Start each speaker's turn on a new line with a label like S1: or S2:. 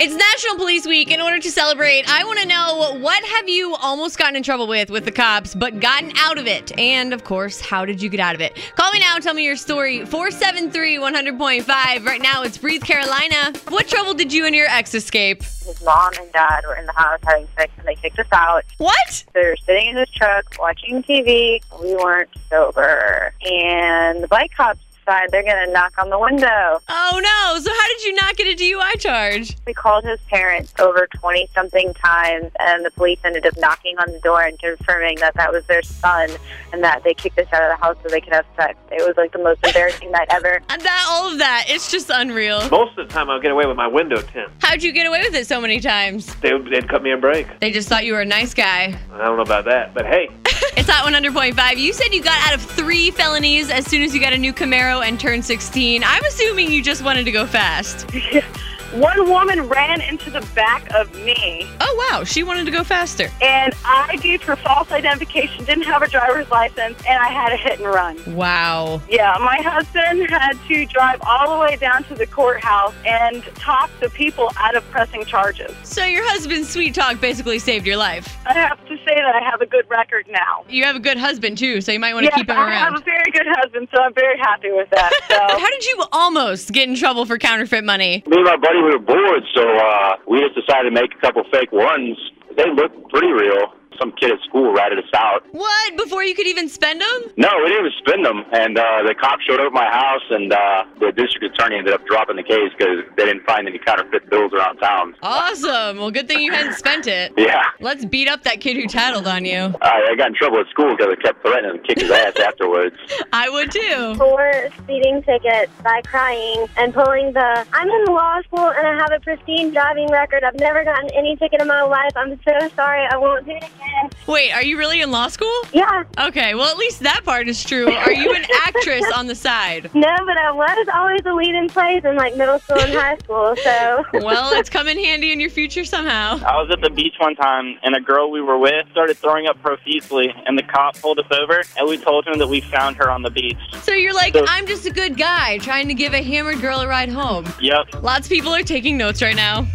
S1: It's National Police Week. In order to celebrate, I want to know what have you almost gotten in trouble with with the cops, but gotten out of it? And of course, how did you get out of it? Call me now. Tell me your story. 473-100.5. Right now, it's Breathe Carolina. What trouble did you and your ex escape?
S2: His mom and dad were in the house having sex, and they kicked us out.
S1: What?
S2: We were sitting in his truck watching TV. We weren't sober, and the bike cops decide they're going to knock on the window.
S1: Oh no! So how did you not get a DUI charge?
S2: We called his parents over 20 something times, and the police ended up knocking on the door and confirming that that was their son and that they kicked us out of the house so they could have sex. It was like the most embarrassing night ever.
S1: And that all of that, it's just unreal.
S3: Most of the time, I'll get away with my window tint.
S1: How'd you get away with it so many times?
S3: They, they'd cut me a break.
S1: They just thought you were a nice guy.
S3: I don't know about that, but hey,
S1: It's Hot 100.5. You said you got out of three felonies as soon as you got a new Camaro and turned 16. I'm assuming you just wanted to go fast.
S4: One woman ran into the back of me,
S1: Oh, wow. She wanted to go faster.
S4: and I due for false identification didn't have a driver's license, and I had a hit and run.
S1: Wow.
S4: Yeah, my husband had to drive all the way down to the courthouse and talk the people out of pressing charges.
S1: So your husband's sweet talk basically saved your life.
S4: I have to say that I have a good record now.
S1: You have a good husband, too, so you might want to
S4: Yes,
S1: keep him
S4: I have a
S1: around.
S4: very good husband, so I'm very happy with that. So.
S1: How did you almost get in trouble for counterfeit money?
S5: Me and my buddy we were bored, so uh, we just decided to make a couple fake ones. They looked pretty real. Some kid at school ratted us out.
S1: What? Before you could even spend them?
S5: No, we didn't even spend them. And uh, the cop showed up at my house, and uh, the district attorney ended up dropping the case because they didn't find any counterfeit bills around town.
S1: Awesome. Well, good thing you hadn't spent it.
S5: Yeah,
S1: Let's beat up that kid who tattled on you.
S5: I, I got in trouble at school because I kept threatening to kick his ass afterwards.
S1: I would too.
S6: four speeding tickets by crying and pulling the I'm in law school and I have a pristine driving record. I've never gotten any ticket in my life. I'm so sorry. I won't do it again.
S1: Wait, are you really in law school?
S6: Yeah,
S1: Okay, well, at least that part is true. Are you an actress on the side?
S6: no, but I was always the lead in plays in like middle school and high school. So
S1: Well, it's come in handy in your future somehow.
S7: I was at the beach one time, and a girl we were with started throwing up profusely, and the cop pulled us over, and we told him that we found her on the beach.
S1: So you're like, I'm just a good guy trying to give a hammered girl a ride home.
S7: Yep.
S1: Lots of people are taking notes right now.